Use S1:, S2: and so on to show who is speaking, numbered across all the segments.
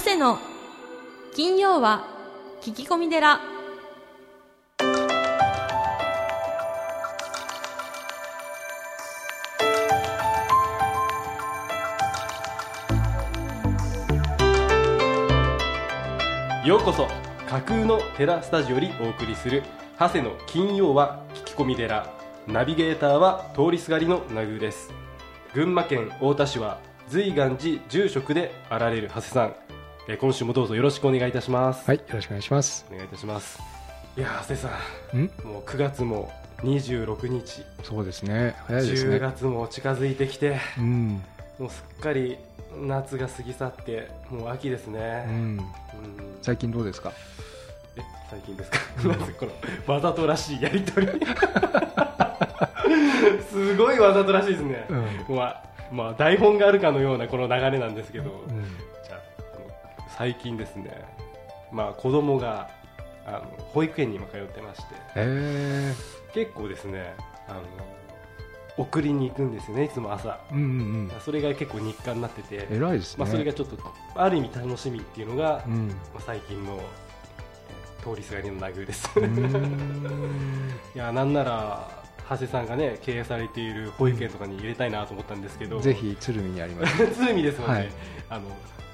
S1: 瀬の金曜は聞き込み寺
S2: ようこそ架空の寺スタジオよりお送りする長谷の金曜は聞き込み寺ナビゲーターは通りすがりのなぐです群馬県太田市は随岩寺住職であられる長谷さんえー今週もどうぞよろしくお願いいたします、
S3: はい、よろしくお願いします。
S2: お願いいたしますいやー長谷さ
S3: ん
S2: んもう9月も26日、
S3: そうですね。早いです
S2: 10
S3: ね。
S2: 月も近づいてきて
S3: うん。
S2: もうすっかり夏が過ぎ去ってもう秋です
S3: う
S2: ね、う
S3: ん。
S2: ん
S3: 最近どうですか
S2: え最近ですかなんかこのわざとらしいやり とりすごいわざとらしいですね、
S3: ん。
S2: まあまあ台本があるかのようなこの流れなんですけど、
S3: うん。
S2: じゃあ最近ですねまあ子供があの保育園に今通ってまして
S3: え
S2: 結構ですねあの送りに行くんですよねいつも朝
S3: ー。うんうん
S2: それが結構日課になってて
S3: うん。、偉いですね。
S2: まあ、それがちょっとある意味楽しみっていうのが、
S3: うん。
S2: まあ、最近の通りすがりのナグーです、
S3: うー
S2: いやなんなら長谷さんがね経営されている保育園とかに入れたいなと思ったんですけど、
S3: んぜひ鶴見にあ ります。
S2: 鶴見ですもんね、
S3: はい
S2: あの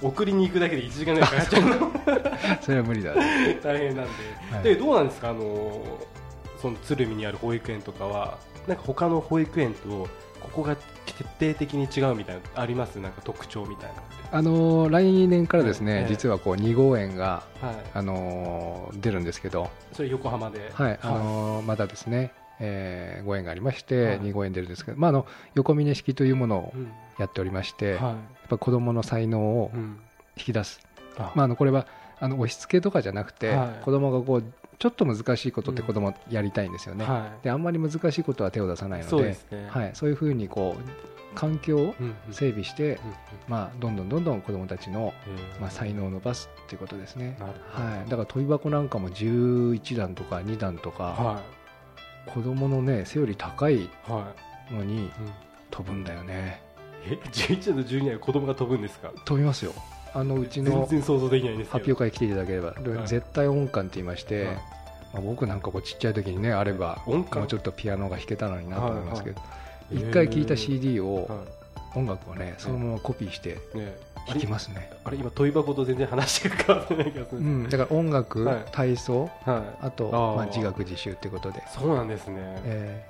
S2: 送りに行くだけで1時間ぐらいかかっちゃうの
S3: それは無理だね。
S2: 大変なんで、
S3: はい
S2: でどうなんですかあのその鶴見にある保育園とかはなんか他の保育園とここが決定的に違うみたいなのありますなんか特徴みたいなのっ
S3: あのー来年からです
S2: え
S3: ね
S2: え、
S3: 実はこう2号園が、
S2: てはい
S3: あのー出るんですけど、
S2: それ横浜では
S3: はい、あのーまだですね、えー、ご縁がありまし
S2: は
S3: て、
S2: い
S3: 2号園出るんですけど、まあ、あの、横峯式というものを
S2: うん
S3: やっておりまして、やっ
S2: は
S3: ぱ子供の才能を
S2: いうん
S3: 引き出す
S2: あ
S3: まあ、あのこれはあの押し付けとかじゃなくて、
S2: はい
S3: 子供がこうちょっと難しいことって子供やりたいんですよね、
S2: は
S3: であんまり難しいことは手を出さないので
S2: そうですね
S3: はい、そういうふうにこう環境を
S2: い、うんうん
S3: 整備して、
S2: うんうん
S3: まあ、どんどんどんどん子供たちの、
S2: えー
S3: まあ、才能を伸ばすっていうことですね、
S2: なるほど
S3: はい、だから飛び箱なんかも11段とか2段とか、
S2: は
S3: 子供のね背より高い
S2: いは
S3: のに
S2: い、うん
S3: 飛ぶんだよね
S2: え11の12は子供が飛ぶんですか
S3: 飛びますよあのうち
S2: 全
S3: の
S2: 然想像できないんですけ
S3: 発
S2: ど
S3: 表会来ていただければ、
S2: い
S3: 絶対音感って言いまして、
S2: はい
S3: まあ、僕なんかこうちっちゃい時にねあれば
S2: 音感
S3: もうちょっとピアノが弾けたのになと思いますけど
S2: いはい
S3: 一、
S2: へー
S3: 回聴いた CD を、
S2: は
S3: 音楽をねそのままコピーして
S2: いねあ
S3: 弾き
S2: れ
S3: ますね、
S2: あれ今問い箱と全然話が変わってない気がする
S3: うんん、
S2: で
S3: だから音楽、
S2: はい
S3: 体操
S2: す、はい
S3: あと
S2: あー
S3: まあ、自学自習ってことで、
S2: そうなんですね
S3: え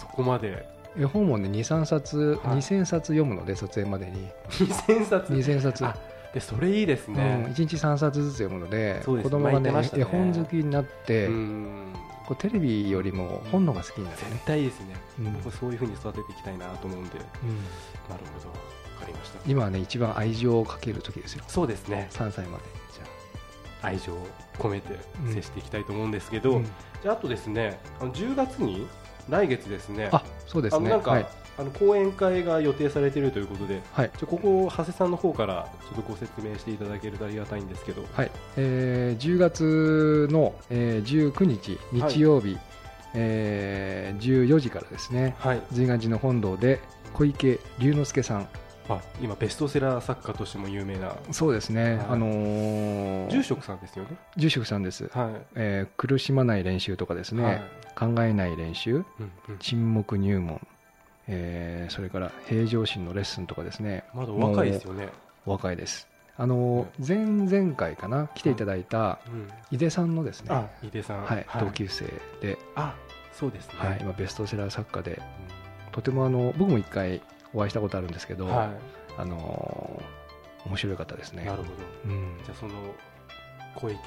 S2: そこまで
S3: ー絵本もね23冊、
S2: はい
S3: 2000冊読むので卒園までに
S2: 2000冊
S3: 2000冊、
S2: あでそれいいです
S3: うん、
S2: ね
S3: 1日3冊ずつ読むので
S2: そうです
S3: 子供が
S2: 巻いて
S3: ね
S2: ましたね
S3: 絵本好きになって、
S2: うん
S3: こうテレビよりも本能が好きになってね
S2: 絶、対いいですね
S3: うん
S2: 僕そういうふうに育てていきたいなと思うんでなる
S3: うん
S2: ほどわかりました
S3: 今はね一番愛情をかける時ですよ
S2: そうですね
S3: 3歳まで
S2: じゃあ愛情を込めて接していきたいと思うんですけど、
S3: うん
S2: じゃああとですねあの10月に来月ですね
S3: あそうです
S2: あの
S3: ね
S2: なんか、
S3: はい、
S2: あの講演会が予定されているということで
S3: はい
S2: ちょここを長谷さんの方からちょっとご説明していただけるとありがたいんですけど
S3: はいえー10月の、えー19日日曜日、えー14時からですね
S2: はい
S3: 随願寺の本堂で小池龍之介さん
S2: あ今ベストセラー作家としても有名な
S3: そうですね、
S2: はい
S3: あのー
S2: 住職さんですよね
S3: 住職さんです、
S2: はい
S3: えー苦しまない練習とかですね、
S2: はい
S3: 考えない練習
S2: うんうん
S3: 沈黙入門、えーそれから平常心のレッスンとかですね
S2: まだお若いですよね
S3: お若いです。あの前々回かな来ていただいた
S2: うん
S3: 井出さんのですね、
S2: あ
S3: は
S2: 井出さん
S3: い、同級生で、
S2: あそうですね
S3: はい、今ベストセラー作家でとてもあの僕も一回お会いしたことあるんですけ
S2: う
S3: ど、
S2: んは
S3: あのー面白い方です
S2: い
S3: ね
S2: なるほど
S3: うん
S2: じゃあその小池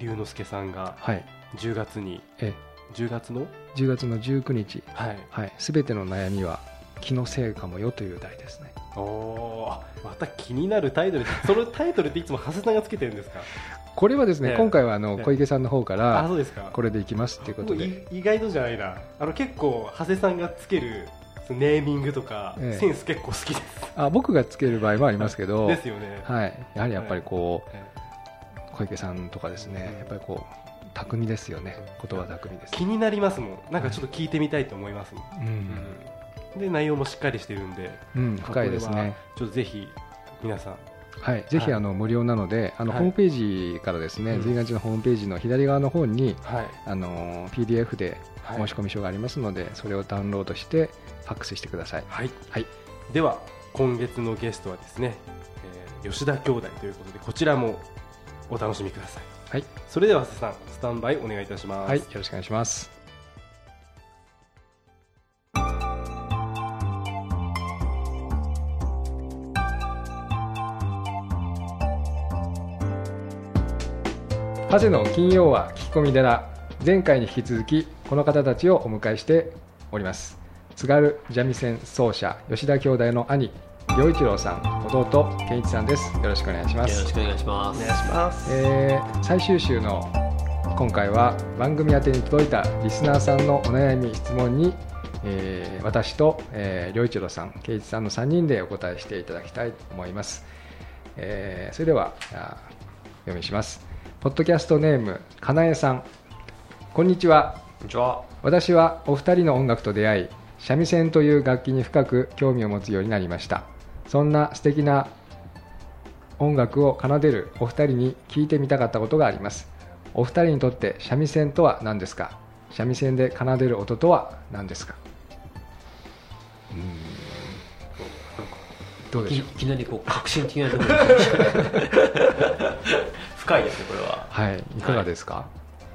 S2: 龍之介さんが
S3: はい、
S2: 10月に
S3: え
S2: 10月の
S3: 10月の19日
S2: はい
S3: 「はい、すべての悩みは気のせいかもよ」という題ですね
S2: おおーまた気になるタイトルそのタイトルっていつも長谷さんがつけてるんですか
S3: これはですね、
S2: ええ
S3: 今回はあの
S2: ええ
S3: 小池さんの方か
S2: あ
S3: ら
S2: そうですか
S3: これでいきますっていうことで
S2: もうい意外とじゃないなあの結構長谷さんがつけるそのネーミングとか、
S3: ええ
S2: センス結構好きです
S3: あ僕がつける場合もありますけど
S2: ですよね、
S3: はい、やはりやっぱりこう、
S2: ええ
S3: 小池さんとかですね、
S2: うん
S3: やっぱりこう巧みですよね
S2: うん
S3: 言葉巧みです、
S2: 気になりますもんなんかちょっと聞いてみたいと思いますもん、
S3: うん
S2: うんで内容もしっかりしてるんで
S3: うん、深いです
S2: これは
S3: ね
S2: ちょっとぜひ皆さん
S3: はい、ぜひ
S2: はい
S3: あの無料なので、あの
S2: はい
S3: ホームページからです
S2: う
S3: ね、
S2: ん
S3: 随願寺のホームページの左側の方に、
S2: はい
S3: あの PDF で
S2: はい
S3: 申し込み書がありますので、それをダウンロードして、ファックスしてください。
S2: はい、
S3: はい
S2: では今月のゲストはですね、えー吉田兄弟ということでこちらもお楽しみください
S3: はい、
S2: それでは瀬さんスタンバイお願いいたします
S3: はい、よろしくお願いします。長谷の金曜は聞き込み寺前回に引き続きこの方たちをお迎えしております津軽三味線奏者吉田兄弟の兄良一郎さん弟健一さんですよろしくお願いします
S4: よろしくお願いします。お願いします。
S3: えー最終週の今回は番組宛てに届いたリスナーさんのお悩み質問に、えー私と、えー、良一郎さん圭一さんの3人でお答えしていただきたいと思います、えーそれではあーお読みしますポッドキャストネームかなえさんこんにちは
S4: こんにちは。
S3: 私はお二人の音楽と出会い三味線という楽器に深く興味を持つようになりましたそんな素敵な音楽を奏でるお二人に聞いてみたかったことがありますお二人にとって三味線とは何ですか三味線で奏でる音とは何ですかどうで
S4: い
S3: しょう
S4: きなりこう革新的なところに来ましたね 深いですねこれは。
S3: はいいかがですか、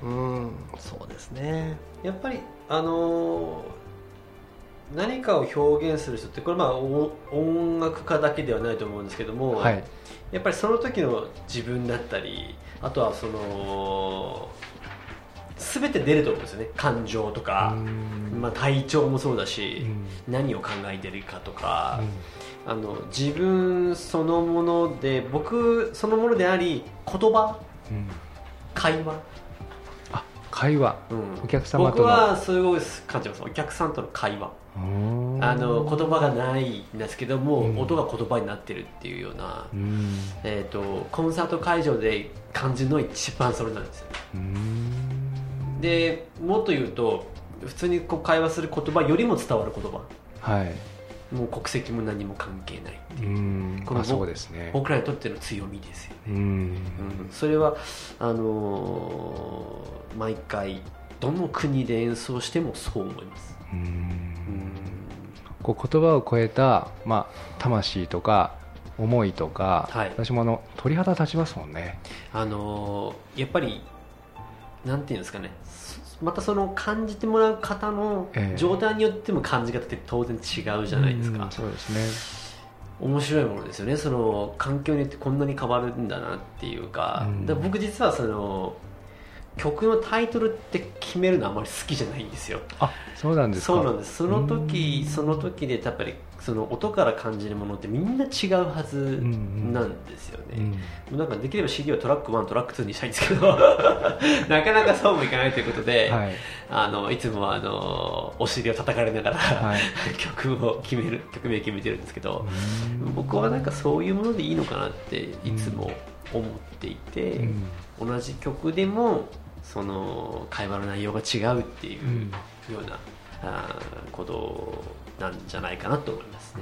S4: うん、そうですね。やっぱりあのー何かを表現する人ってこれまあお音楽家だけではないと思うんですけども、
S3: はい
S4: やっぱりその時の自分だったりあとはその全て出ると思うんですよね感情とか、
S3: うん
S4: まあ、体調もそうだ
S3: う
S4: し、
S3: ん
S4: 何を考えてるかとか、あの自分そのもので僕そのものであり言葉
S3: うん
S4: 会話、
S3: あ会話
S4: うん
S3: お客様との
S4: 僕はすごい感じますお客さんとの会話あの言葉がないんですけども、
S3: うん
S4: 音が言葉になってるっていうような、
S3: うん
S4: えー、とコンサート会場で感じるの一番それなんですよ
S3: うん
S4: でもっと言うと普通にこう会話する言葉よりも伝わる言葉
S3: はい
S4: もう国籍も何も関係ない
S3: うん
S4: この
S3: あそうですね
S4: 僕らにとっての強みですよ
S3: うん
S4: うんそれはあのー毎回どの国で演奏してもそう思います、うん
S3: こう言葉を超えた、まあ、魂とか思いとか、
S4: はい
S3: 私もあの鳥肌立ちますもんね。
S4: あのーやっぱりなんていうんですかねそまたその感じてもらう方の
S3: ええ
S4: 状態によっても感じ方って当然違うじゃないですか、
S3: うんそうですね。
S4: 面白いものですよねその環境によってこんなに変わるんだなっていうか,、
S3: うん
S4: だから僕実はその曲のタイトルって決めるのあまり好きじゃないんですよ
S3: あ、そうなんですか。
S4: そうなんですその
S3: うん
S4: 時その時でやっぱりその音から感じるものってみんな違うはずなんですよね、
S3: うん
S4: なんかできれば CD をトラック1トラック2にしたいんです けどなかなかそうもいかないということで、
S3: はい、
S4: あのいつもあのお尻を叩かれながら、
S3: はい。
S4: 曲を決める曲名決めてるんですけど、
S3: うん
S4: 僕はなんかそういうものでいいのかなっていつも思っていて、
S3: うん
S4: 同じ曲でもその会話の内容が違うっていうような、あーことなんじゃないかなと思いますね。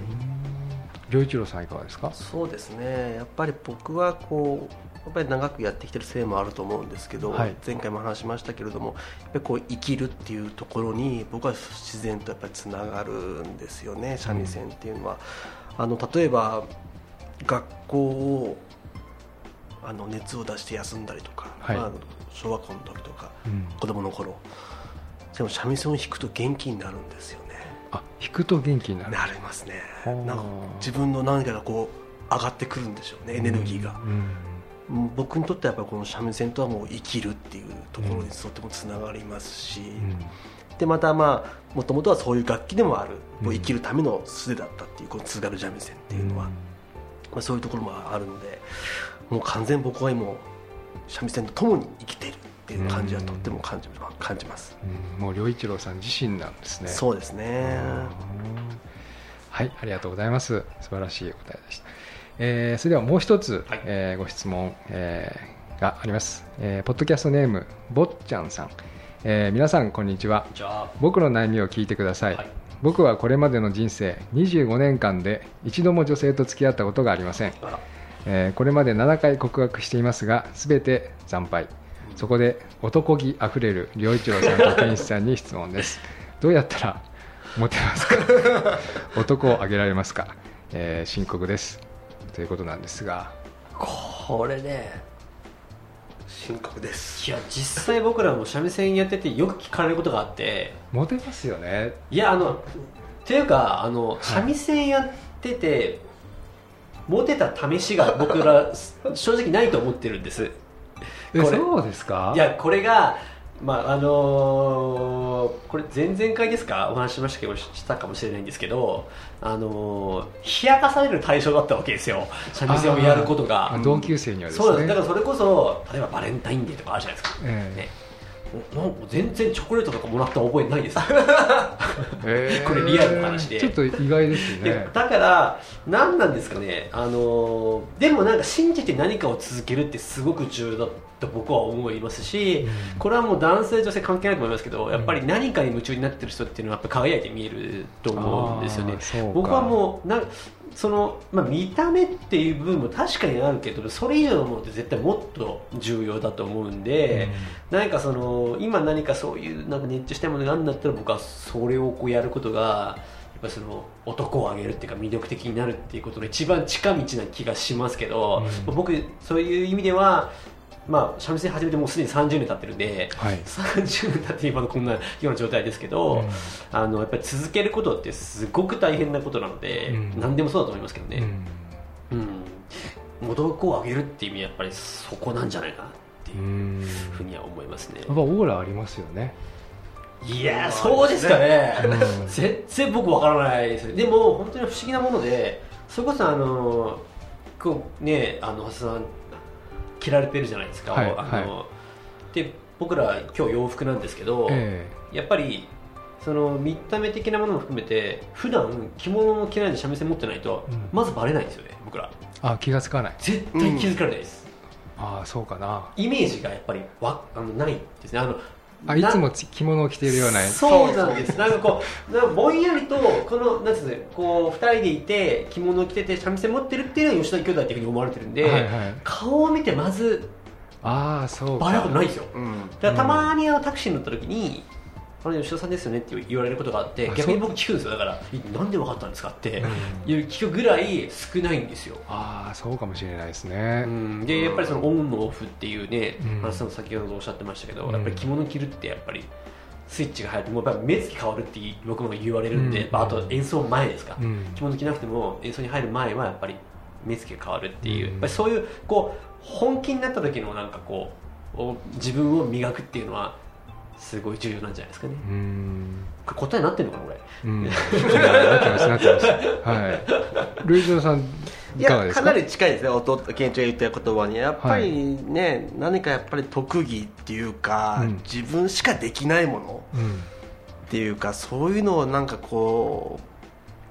S3: 良一郎さんいかがですか。
S5: そうですねやっぱり僕はこうやっぱり長くやってきてるせいもあると思うんですけど、
S3: はい
S5: 前回も話しましたけれどもやっぱりこう生きるっていうところに僕は自然とやっぱりつながるんですよね三味線っていうのは。あの例えば学校をあの熱を出して休んだりとか、
S3: はい
S5: まああの小学校の時とか
S3: うん
S5: 子供の頃でも三味線を弾くと元気になるんですよね。
S3: あ、弾くと元気になる。
S5: なりますね
S3: ほう
S5: なんか自分の何かがこう上がってくるんでしょうねエネルギーが、
S3: うん
S5: うん僕にとってはやっぱりこの三味線とはもう生きるっていうところにとてもつながりますし、
S3: うん
S5: でまたまあもともとはそういう楽器でもある、
S3: うん
S5: 生きるための術だったっていうこの津軽三味線っていうのは、
S3: ん
S5: まあ、そういうところもあるのでもう完全に僕はもう三味線と共に生きているっていう感じはとっても感じ,、感じます、
S3: うんもう良一郎さん自身なんですね。
S5: そうですね、
S3: うんはい、ありがとうございます。素晴らしいお答えでした。えーそれではもう一つ、
S4: はい
S3: えーご質問、えーがあります、えーポッドキャストネーム、ぼっちゃんさん、えー皆さん、こんにちは。
S4: じゃあ、
S3: 僕の悩みを聞いてください、
S4: はい
S3: 僕はこれまでの人生25年間で一度も女性と付き合ったことがありません
S4: あら
S3: えーこれまで7回告白していますが全て惨敗そこで男気あふれる良一郎さんと天一さんに質問ですどうやったらモテますか 男をあげられますか、えー深刻ですということなんですが
S5: これね深刻です
S4: いや実際僕らも三味線やっててよく聞かれることがあって
S3: モテますよね
S4: いやあのというかあの三味線やってて、モテた試しが僕ら正直ないと思ってるんです
S3: え
S4: これ
S3: そうですか
S4: いやこれがまああのーこれ前々回ですかお話ししましたけどしたかもしれないんですけどあのー冷やかされる対象だったわけですよ三味線をやることが
S3: あ同級生にはですね
S4: そうなんですだからそれこそ例えばバレンタインデーとかあるじゃないですか
S3: え
S4: おなんか全然チョコレートとかもらった覚えないです
S3: えええ
S4: これリアルな話で
S3: ちょっと意外です
S4: いや
S3: ね
S4: だから何なんですかねあのーでもなんか信じて何かを続けるってすごく重要だと僕は思いますし、
S3: うん
S4: これはもう男性女性関係ないと思いますけどやっぱり何かに夢中になってる人っていうのはやっぱ輝いて見えると思うんですよね
S3: あーそうか
S4: 僕はもうなその、まあ、見た目っていう部分も確かにあるけどそれ以上のものって絶対もっと重要だと思うんで、何かその今何かそういうなんか熱中したいものがあるんだったら僕はそれをこうやることがやっぱりその男をあげるっていうか魅力的になるっていうことの一番近道な気がしますけど、
S3: うん
S4: 僕そういう意味ではまあ三味線始めてもうすでに30年経ってるんで
S3: はい、
S4: 30年経って今のこんなような状態ですけど、あのやっぱり続けることってすごく大変なことなので、
S3: うん
S4: 何でもそうだと思いますけど
S3: う
S4: ね、
S3: ん
S4: うん、男をあげるっていう意味はやっぱりそこなんじゃないかなっていううんふうには思いますね。
S3: やっぱオーラありますよね、
S4: いやーそうですかね、
S3: うん
S4: 全然僕わからないですねでも本当に不思議なものでそれこそあのーこうねあの橋田さん着られてるじゃないですか、
S3: はい
S4: あので僕ら今日洋服なんですけど、
S3: え
S4: やっぱりその見た目的なものも含めて普段着物も着ないで三味線持ってないと、
S3: うん
S4: まずバレないんですよね僕ら
S3: えあ気がつかない
S4: 絶対気づかれないです、
S3: ああそうかな
S4: イメージがやっぱりわあのないですねあの
S3: あい
S4: な
S3: つもつ着物を着ているような
S4: そうなんですなんかこうなんかぼんやりとこのなんつうのこう2人でいて着物を着てて三味線持ってるっていうのは吉田兄弟っていうふうに思われてるんで、
S3: はいはい、
S4: 顔を見てまず
S3: ああそうか
S4: バレることないんですよ
S5: うん
S4: だからたまにあのタクシーに乗った時に「あれ吉田さんですよね」って言われることがあって
S3: あ
S4: 逆
S3: そう
S4: に僕聞くんですよだから「なんで分かったんですか?」って
S3: うん
S4: 聞くぐらい少ないんですよ
S3: ああそうかもしれないですね、
S4: うん、でやっぱりそのオンオフっていうね、
S3: うん
S4: 話も先ほどおっしゃってましたけど、
S3: うん
S4: やっぱり着物着るってやっぱりスイッチが入ってもうやっぱり目つき変わるって僕も言われるんで、
S3: うん
S4: まああと演奏前ですか、
S3: うん
S4: 着物着なくても演奏に入る前はやっぱり目つきが変わるっていう、
S3: うん
S4: やっぱりそういうこう本気になった時のなんかこうお自分を磨くっていうのはすごい重要なんじゃないですかね
S3: うん
S4: これ答えになってるのかなこれ
S3: うん、なってますなってますはいルイジョーさん
S5: い
S3: いかが
S5: や
S3: です
S5: か
S3: か
S5: なり近いですね、弟健一が言った言葉に、やっぱりね、何かやっぱり特技っていうか、
S3: うん
S5: 自分しかできないもの
S3: うん
S5: っていうか、そういうのをなんかこ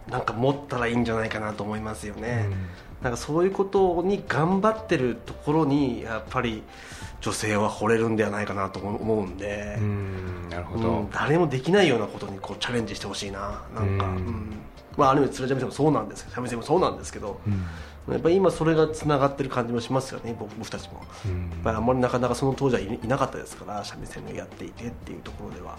S5: う、なんか持ったらいいんじゃないかなと思いますよね、なんかそういうことに頑張ってるところに、やっぱり女性は惚れるんではないかなと思思うんで
S3: う、んなるほ
S5: うん
S3: ど、
S5: 誰もできないようなことにこうチャレンジしてほしいな、なんか、
S3: うん
S5: うんまあ、ある意味、つら三味線もそうなんですけど、三味線もそうなんですけど。
S3: うん
S5: やっぱり今それがつながってる感じもしますよね僕僕たちも、
S3: うん
S5: まあ、あんまりなかなかその当時はいいなかったですから三味線をやっていてっていうところでは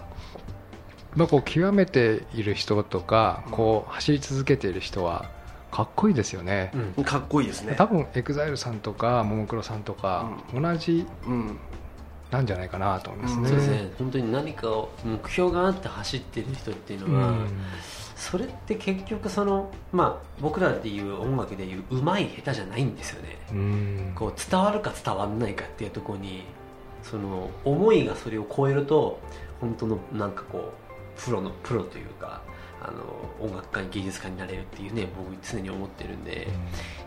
S3: まあ、こう極めている人とかこう走り続けている人はかっこいいですよね、
S5: かっこいいですね
S3: 多分エグザイルさんとかももクロさんとか同じ
S5: うん
S3: なんじゃないかなと思いますね。
S4: そうですね本当に何かを目標があって走ってる人っていう
S3: う
S4: のは、
S3: ん
S4: それって結局その、まあ、僕らでいう音楽でいううまい下手じゃないんですよね
S3: うん
S4: こう伝わるか伝わらないかっていうところにその思いがそれを超えると本当のなんかこうプロのプロというかあの音楽家に芸術家になれるっていうね僕常に思ってるんで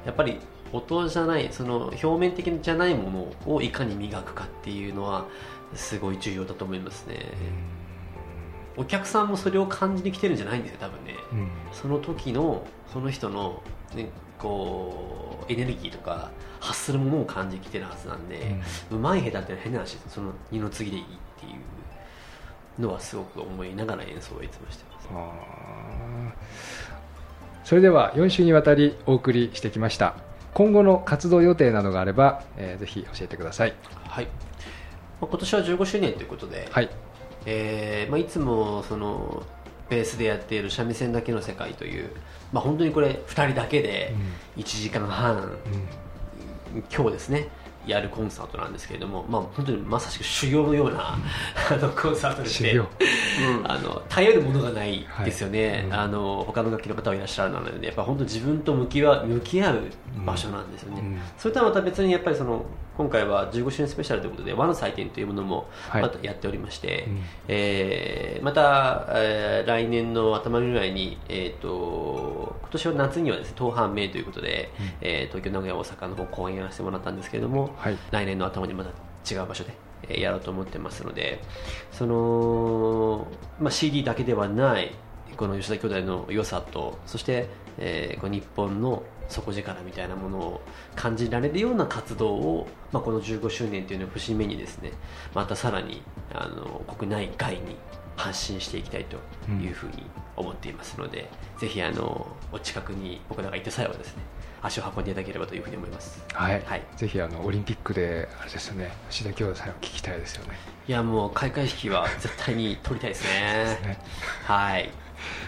S4: やっぱり音じゃないその表面的じゃないものをいかに磨くかっていうのはすごい重要だと思いますねお客さんもそれを感じに来てるんじゃないんですよ多分ね
S3: うん
S4: その時のその人の、ね、こうエネルギーとか発するものを感じに来てるはずなんで、うまい下手っていうのは変な話ですその二の次でいいっていうのはすごく思いながら演奏をいつもしてます
S3: あーそれでは4週にわたりお送りしてきました「今後の活動予定などがあれば、えーぜひ教えてください。
S4: はい、まあ今年は15周年ということで、
S3: はい、
S4: えーまあ、いつもそのベースでやっている三味線だけの世界という、まあ、本当にこれ2人だけで1時間半、今日ですねやるコンサートなんですけれども、まあ、本当にまさしく修行のようなあのコンサートでし
S3: 修
S4: て
S3: 行。
S4: あの頼るものがないですよね、
S3: はいうん
S4: あの他の楽器の方はいらっしゃるので、やっぱ本当自分と向きは向き合う場所なんですよね、
S3: うん
S4: それとはまた別にやっぱりその今回は15周年スペシャルということで和の祭典というものも
S3: はい
S4: またやっておりまして、
S3: うん
S4: えーまた、えー来年の頭ぐらいに、えー、と今年は夏にはですね東半名ということで、えー東京名古屋大阪の方公演やらせてもらったんですけれども、
S3: はい
S4: 来年の頭にまた違う場所でえーやろうと思ってますのでその、まあ、CD だけではないこの吉田兄弟の良さとそして、えーこう日本の底力みたいなものを感じられるような活動を、まあ、この15周年というのを節目にですねまたさらにあの国内外に発信していきたいというふうに思っていますので、ぜひあのお近くに僕らが行った際はですね足を運んでいただければというふうに思います。
S3: はい、
S4: はい
S3: ぜひあのオリンピックであれですよね、吉田兄弟さんを聞きたいですよね。
S4: いやもう開会式は絶対に取りたいですね。
S3: ね
S4: はい。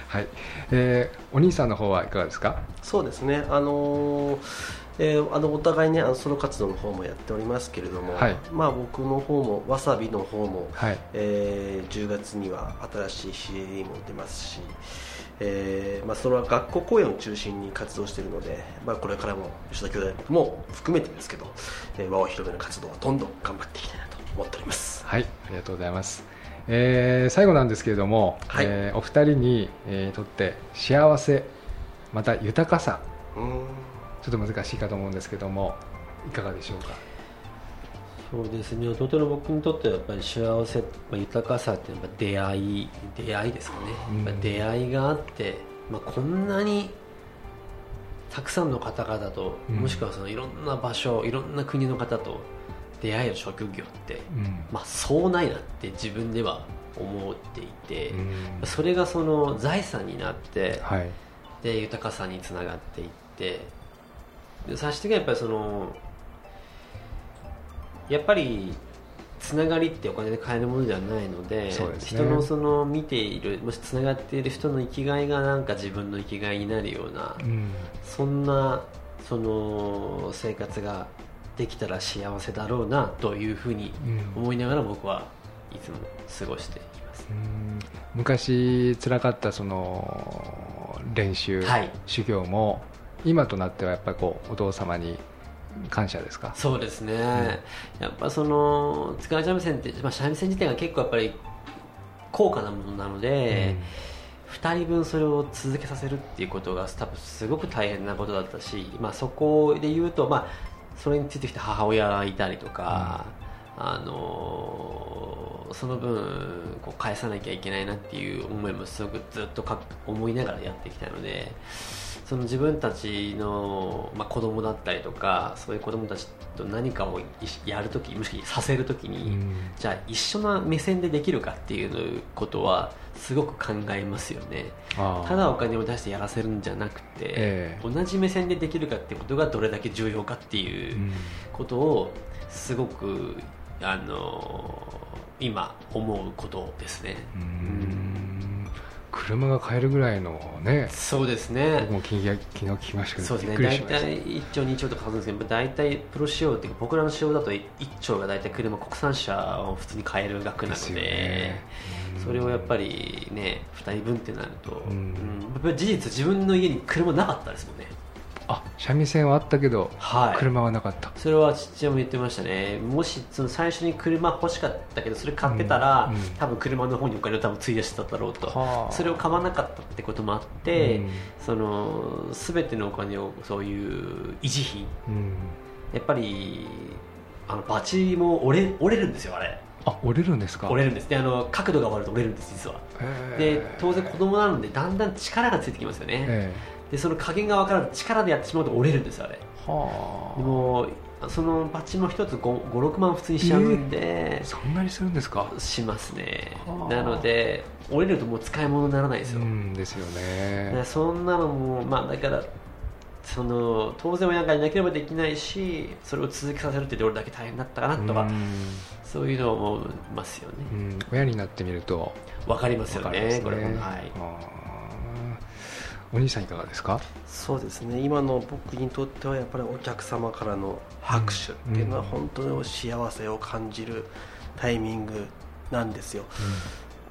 S3: はい、えーお兄さんの方はいかがですか。
S5: そうですね、あのーえーあのお互いねあのソロ活動の方もやっておりますけれども、
S3: はい
S5: まあ、僕の方もわさびの方も、
S3: はい、
S5: えー10月には新しい CD も出ますし、えーまあ、それは学校公演を中心に活動しているので、まあ、これからも吉田兄弟も含めてですけど、えー輪を広める活動はどんどん頑張っていきたいなと思っております。
S3: はい、ありがとうございます。えー最後なんですけれども、
S5: はい
S3: えーお二人に、えーとって幸せまた豊かさ
S5: うーん
S3: ちょっと難しいかと思うんですけどもいかがでしょうか。
S4: そうですね。弟の僕にとってはやっぱり幸せ、まあ、豊かさってやっぱ出会い、出会いですかね。
S3: うん
S4: やっぱ出会いがあって、まあ、こんなにたくさんの方々と、
S3: うん
S4: もしくはそのいろんな場所、いろんな国の方と出会える職業って、
S3: うん
S4: まあ、そうないなって自分では思っていて、
S3: うん
S4: それがその財産になって、
S3: はい、
S4: で豊かさにつながっていってで最終的にはやっぱりそのやっぱりつながりってお金で買えるものではないので
S3: そうですね
S4: 人のその見ているもしつながっている人の生きがいがなんか自分の生きがいになるような、
S3: うん
S4: そんなその生活ができたら幸せだろうなというふうに
S3: うん
S4: 思いながら僕はいつも過ごしています
S3: う。ん昔辛かったその練習、
S4: はい
S3: 修行も今となってはやっぱりこうお父様に感謝ですか。
S4: そうですね、やっぱその津川三味線って、まあ、三味線自体が結構やっぱり高価なものなので、2人分それを続けさせるっていうことが多分すごく大変なことだったし、まあ、そこで言うと、まあ、それについてきた母親がいたりとか、あのーその分こう返さなきゃいけないなっていう思いもすごくずっとか思いながらやってきたのでその自分たちの、まあ、子供だったりとかそういう子供たちと何かをいやるときもしくはさせるとき
S3: う
S4: に。
S3: ん
S4: じゃあ一緒な目線でできるかっていうことはすごく考えますよね
S3: あー
S4: ただお金を出してやらせるんじゃなくて、
S3: ええ
S4: 同じ目線でできるかってことがどれだけ重要かって
S3: う
S4: いうんことをすごくあのー今思うことですね
S3: うーん車が買えるぐらいのね、
S4: そうです
S3: 僕
S4: ね
S3: も昨日昨日聞きましたけ
S4: そ
S3: ど、
S4: うで
S3: び
S4: す
S3: っ
S4: ね
S3: くり
S4: 大
S3: しました。
S4: 体1兆2兆とか買うんですけど大体プロ仕様っていうか僕らの仕様だと1兆が大体車国産車を普通に買える額な
S3: で
S4: の
S3: す
S4: で
S3: よね
S4: それをやっぱりね2人分ってなると、
S3: うん
S4: うんやっぱり事実自分の家に車なかったですもんね
S3: あ三味線はあったけど、
S4: はい
S3: 車はなかった。
S4: それは父親も言ってましたねもしその最初に車欲しかったけどそれ買ってたら、
S3: うんうん
S4: 多分車の方にお金を多分費やしてただろうと
S3: はあ
S4: それを買わなかったってこともあって、
S3: うん
S4: その全てのお金をそういう維持費
S3: うん
S4: やっぱりあのバチも折れ折れるんですよあれ
S3: あ折れるんですか。
S4: 折れるんですねあの角度が悪いと折れるんです実は
S3: へ
S4: で
S3: ー
S4: 当然子供なのでだんだん力がついてきますよね、
S3: え
S4: でその加減が分からず力でやってしまうと折れるんですよあ
S3: え
S4: れ
S3: は
S4: でもそのバッチも一つ56万普通にしちゃうんで
S3: あ。、そんなにするんですか。
S4: しますね
S3: はあ
S4: なので折れるともう使い物にならないです
S3: う
S4: よ、
S3: んですよ
S4: だから
S3: ね。
S4: そんなのもまあだからその当然親がいなければできないしそれを続けさせるってどれだけ大変だったかなとか、そういうのを思いますよね
S3: うんうん親になってみると
S4: わかります
S3: 分
S4: よ
S3: か
S4: ね
S3: りますね
S4: これもはい
S3: あーお兄さんいかがですか
S5: そうですね今の僕にとってはやっぱりお客様からの拍手っていうのは
S3: うん
S5: 本当に幸せを感じるタイミングなんですよ。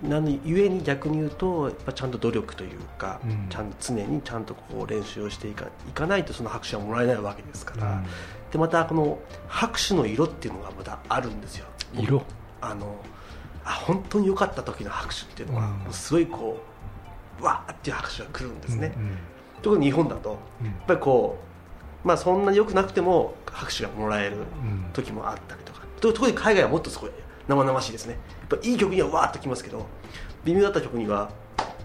S5: なのゆえに逆に言うとやっぱちゃんと努力というか、
S3: うん
S5: ちゃんと常にちゃんとこう練習をしていかいかないとその拍手はもらえないわけですから、でまたこの拍手の色っていうのがまたあるんですよ。
S3: 色
S5: あのあ本当に良かった時の拍手っていうのは、
S3: うん
S5: もうすごいこうわーっていう拍手が来るんですね。
S3: うん
S5: 特に日本だとや
S3: うん
S5: っぱりこう、まあ、そんなに良くなくても拍手がもらえる
S3: うん
S5: 時もあったりとかと特に海外はもっとすごい生々しいですねやっぱいい曲にはわーっときますけど微妙だった曲には、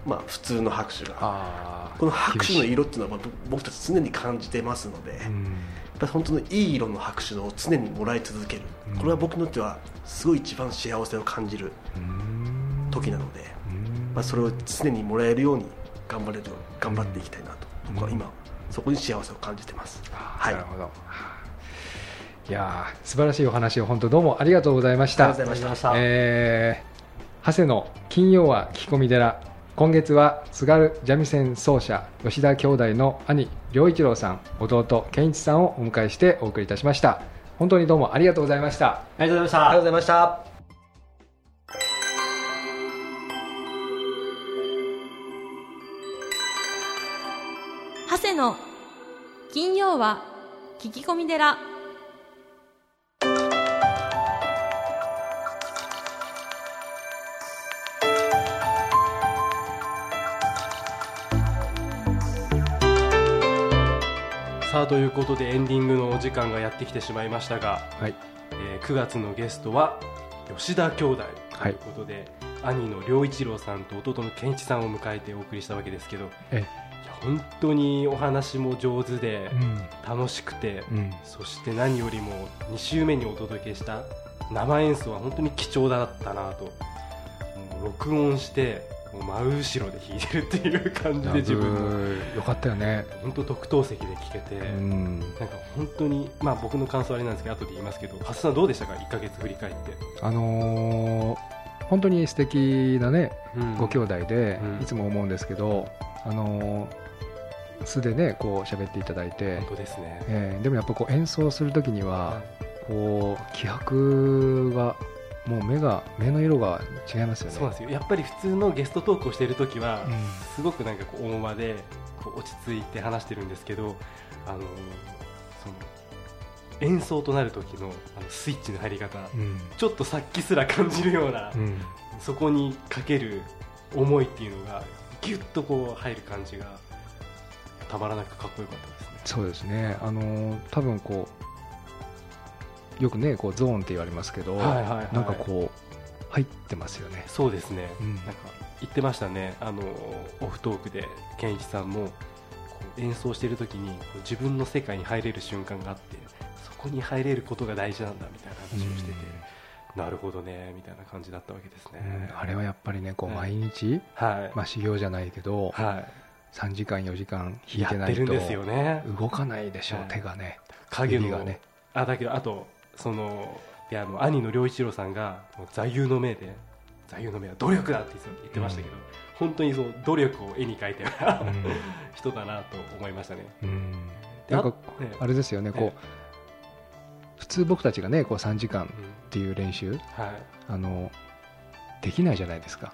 S5: まあ、普通の拍手が
S3: あー
S5: この拍手の色っていうのは僕僕たち常に感じてますので、
S3: う
S5: やっ
S3: ん
S5: ぱり本当のいい色の拍手を常にもらい続ける、
S3: うん
S5: これは僕にとってはすごい一番幸せを感じる
S3: うん
S5: 時なので、
S3: うん
S5: まあ、それを常にもらえるように頑張れる頑張っていきたいなと僕は今そこに幸せを感じてます。
S3: あ
S5: はい
S3: なるほどいやー素晴らしいお話を本当どうもありがとうございました
S5: ありがとうございました
S4: ありがとうございま
S3: えー、長谷の金曜は聞き込み寺今月は津軽三味線奏者吉田兄弟の兄良一郎さん弟健一さんをお迎えしてお送りいたしました本当にどうもありがとうございました
S4: したありがとうございました
S5: ありがとうございました。
S1: 長谷の金曜は聞き込み寺
S2: さあということでエンディングのお時間がやってきてしまいましたが、
S3: はい
S2: えー9月のゲストは吉田兄弟と
S3: はい
S2: いうことで、兄の良一郎さんと弟の健一さんを迎えてお送りしたわけですけどい
S3: え
S2: や本当にお話も上手で
S3: う
S2: 楽しくて、
S3: んうん
S2: そして何よりも2週目にお届けした生演奏は本当に貴重だったなともう録音してもう真後ろで弾いてるっていう感じで自分も
S3: よかったよね
S2: 本当特等席で聴けて。
S3: うん
S2: なんか本当に、まあ、僕の感想あれなんですけど後で言いますけど、ハスさんどうでしたか、1か月振り返って。
S3: あのー本当に素敵なねご兄
S2: 弟
S3: 弟で、
S2: うん
S3: いつも思うんですけど、あのー素でねこう喋っていただいて
S2: 本、当ですね。
S3: えーでもやっぱこう演奏する時にはこう気迫がもう目が目の色が違いますよね
S2: そうなんですよやっぱり普通のゲストトークをしているときは、
S3: うん
S2: すごくなんかこう、大間でこう落ち着いて話してるんですけど、あのその演奏となる時のあのスイッチの入り方、
S3: うん
S2: ちょっとさっきすら感じるような、
S3: うん
S2: そこにかける思いっていうのが、ぎゅっとこう入る感じが、たまらなくかっこよかったですね。
S3: そうですねあのー多分こうよくねこうゾーンって言われますけど、
S2: はいはいはい
S3: なんかこう入ってますよね、
S2: そうですね、
S3: うん
S2: なんか言ってましたね、あのオフトークで健一さんもこう演奏している時にこう自分の世界に入れる瞬間があってそこに入れることが大事なんだみたいな話をしてて、なるほどねみたいな感じだったわけです
S3: うん
S2: ね。
S3: あれはやっぱりねこう
S2: はい
S3: 毎日、
S2: はい、
S3: まあ、修行じゃないけど、
S2: は
S3: 3時間4時間
S2: い、
S3: 弾い
S2: や
S3: て
S2: っ
S3: ない
S2: て
S3: と
S2: るんですよね。
S3: 動かないでしょう、
S2: はい
S3: 手がね
S2: 影の
S3: 指がね
S2: あだけどあとそのいやあの兄の良一郎さんがもう座右の銘で座右の銘は努力だっていつも言ってましたけど、本当にそう努力を絵に描いたような、人だなと思いましたね。
S3: うん
S2: で
S3: なんか
S2: あね
S3: あれですよねこう
S2: え
S3: 普通僕たちがねこう3時間
S2: うん
S3: っていう練習
S2: はい、
S3: あのできないじゃないですか、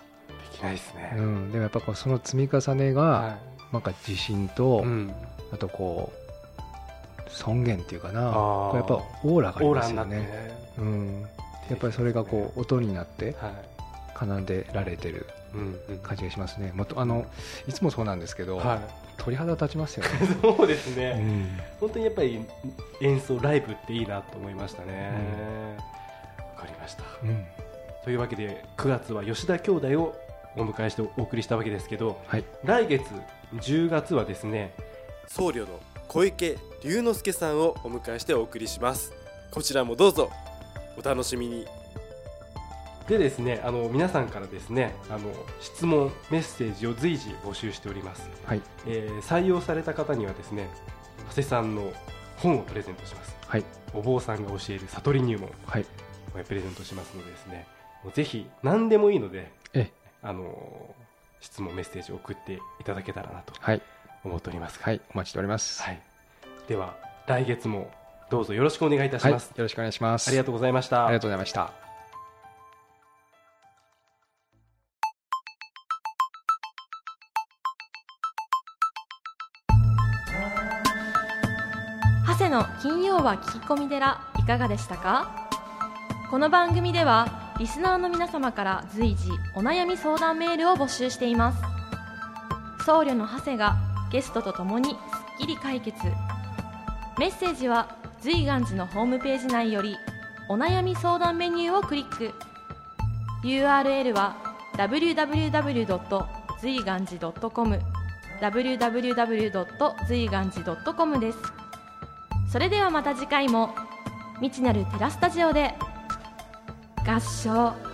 S2: できないですね。
S3: うん、でもやっぱこうその積み重ねが、
S2: は
S3: なんか自信
S2: い、
S3: と、
S2: うん、
S3: あとこう尊厳っていうかな
S2: あー
S3: こうやっぱオーラがあり
S2: オー
S3: ま
S2: ラ
S3: す
S2: に
S3: よ
S2: なって
S3: ね
S2: ね。
S3: うん、やっぱりそれがこう音になって
S2: はい、
S3: 奏でられてる
S2: うん、うん、
S3: 感じがしますねもっとあのいつもそうなんですけど、
S2: は
S3: 鳥肌立ちますよね
S2: い、そうです
S3: う
S2: ね。
S3: ん
S2: 本当にやっぱり演奏ライブっていいなと思いましたね。わ、かりました。
S3: うん
S2: というわけで9月は吉田兄弟をお迎えしてお送りしたわけですけど、
S3: はい
S2: 来月10月はですね僧侶の小池龍之介さんをお迎えしてお送りしますこちらもどうぞお楽しみにでですねあの皆さんからですねあの質問メッセージを随時募集しております、
S3: はい
S2: えー採用された方にはですね長谷さんの本をプレゼントします
S3: はい
S2: お坊さんが教える悟り入門
S3: はい
S2: をプレゼントしますのでですねもうぜひ何でもいいので
S3: ええ
S2: あの質問メッセージを送っていただけたらなと
S3: はい
S2: 思っておりますが
S3: はいお待ちしております
S2: はい、では来月もどうぞよろしくお願いいたし
S3: はい
S2: ま
S3: よ
S2: す、
S3: ろしくお願いします
S2: ありがとうございました
S3: ありがとうございました
S1: 長谷の金曜は聞き込み寺いかがでしたかこの番組ではリスナーの皆様から随時お悩み相談メールを募集しています僧侶の長谷がゲストと共にすっきり解決メッセージは随願寺のホームページ内よりお悩み相談メニューをクリック URL は www. 随願寺 .com www. 随願寺 .com ですそれではまた次回も未知なるテラスタジオで合唱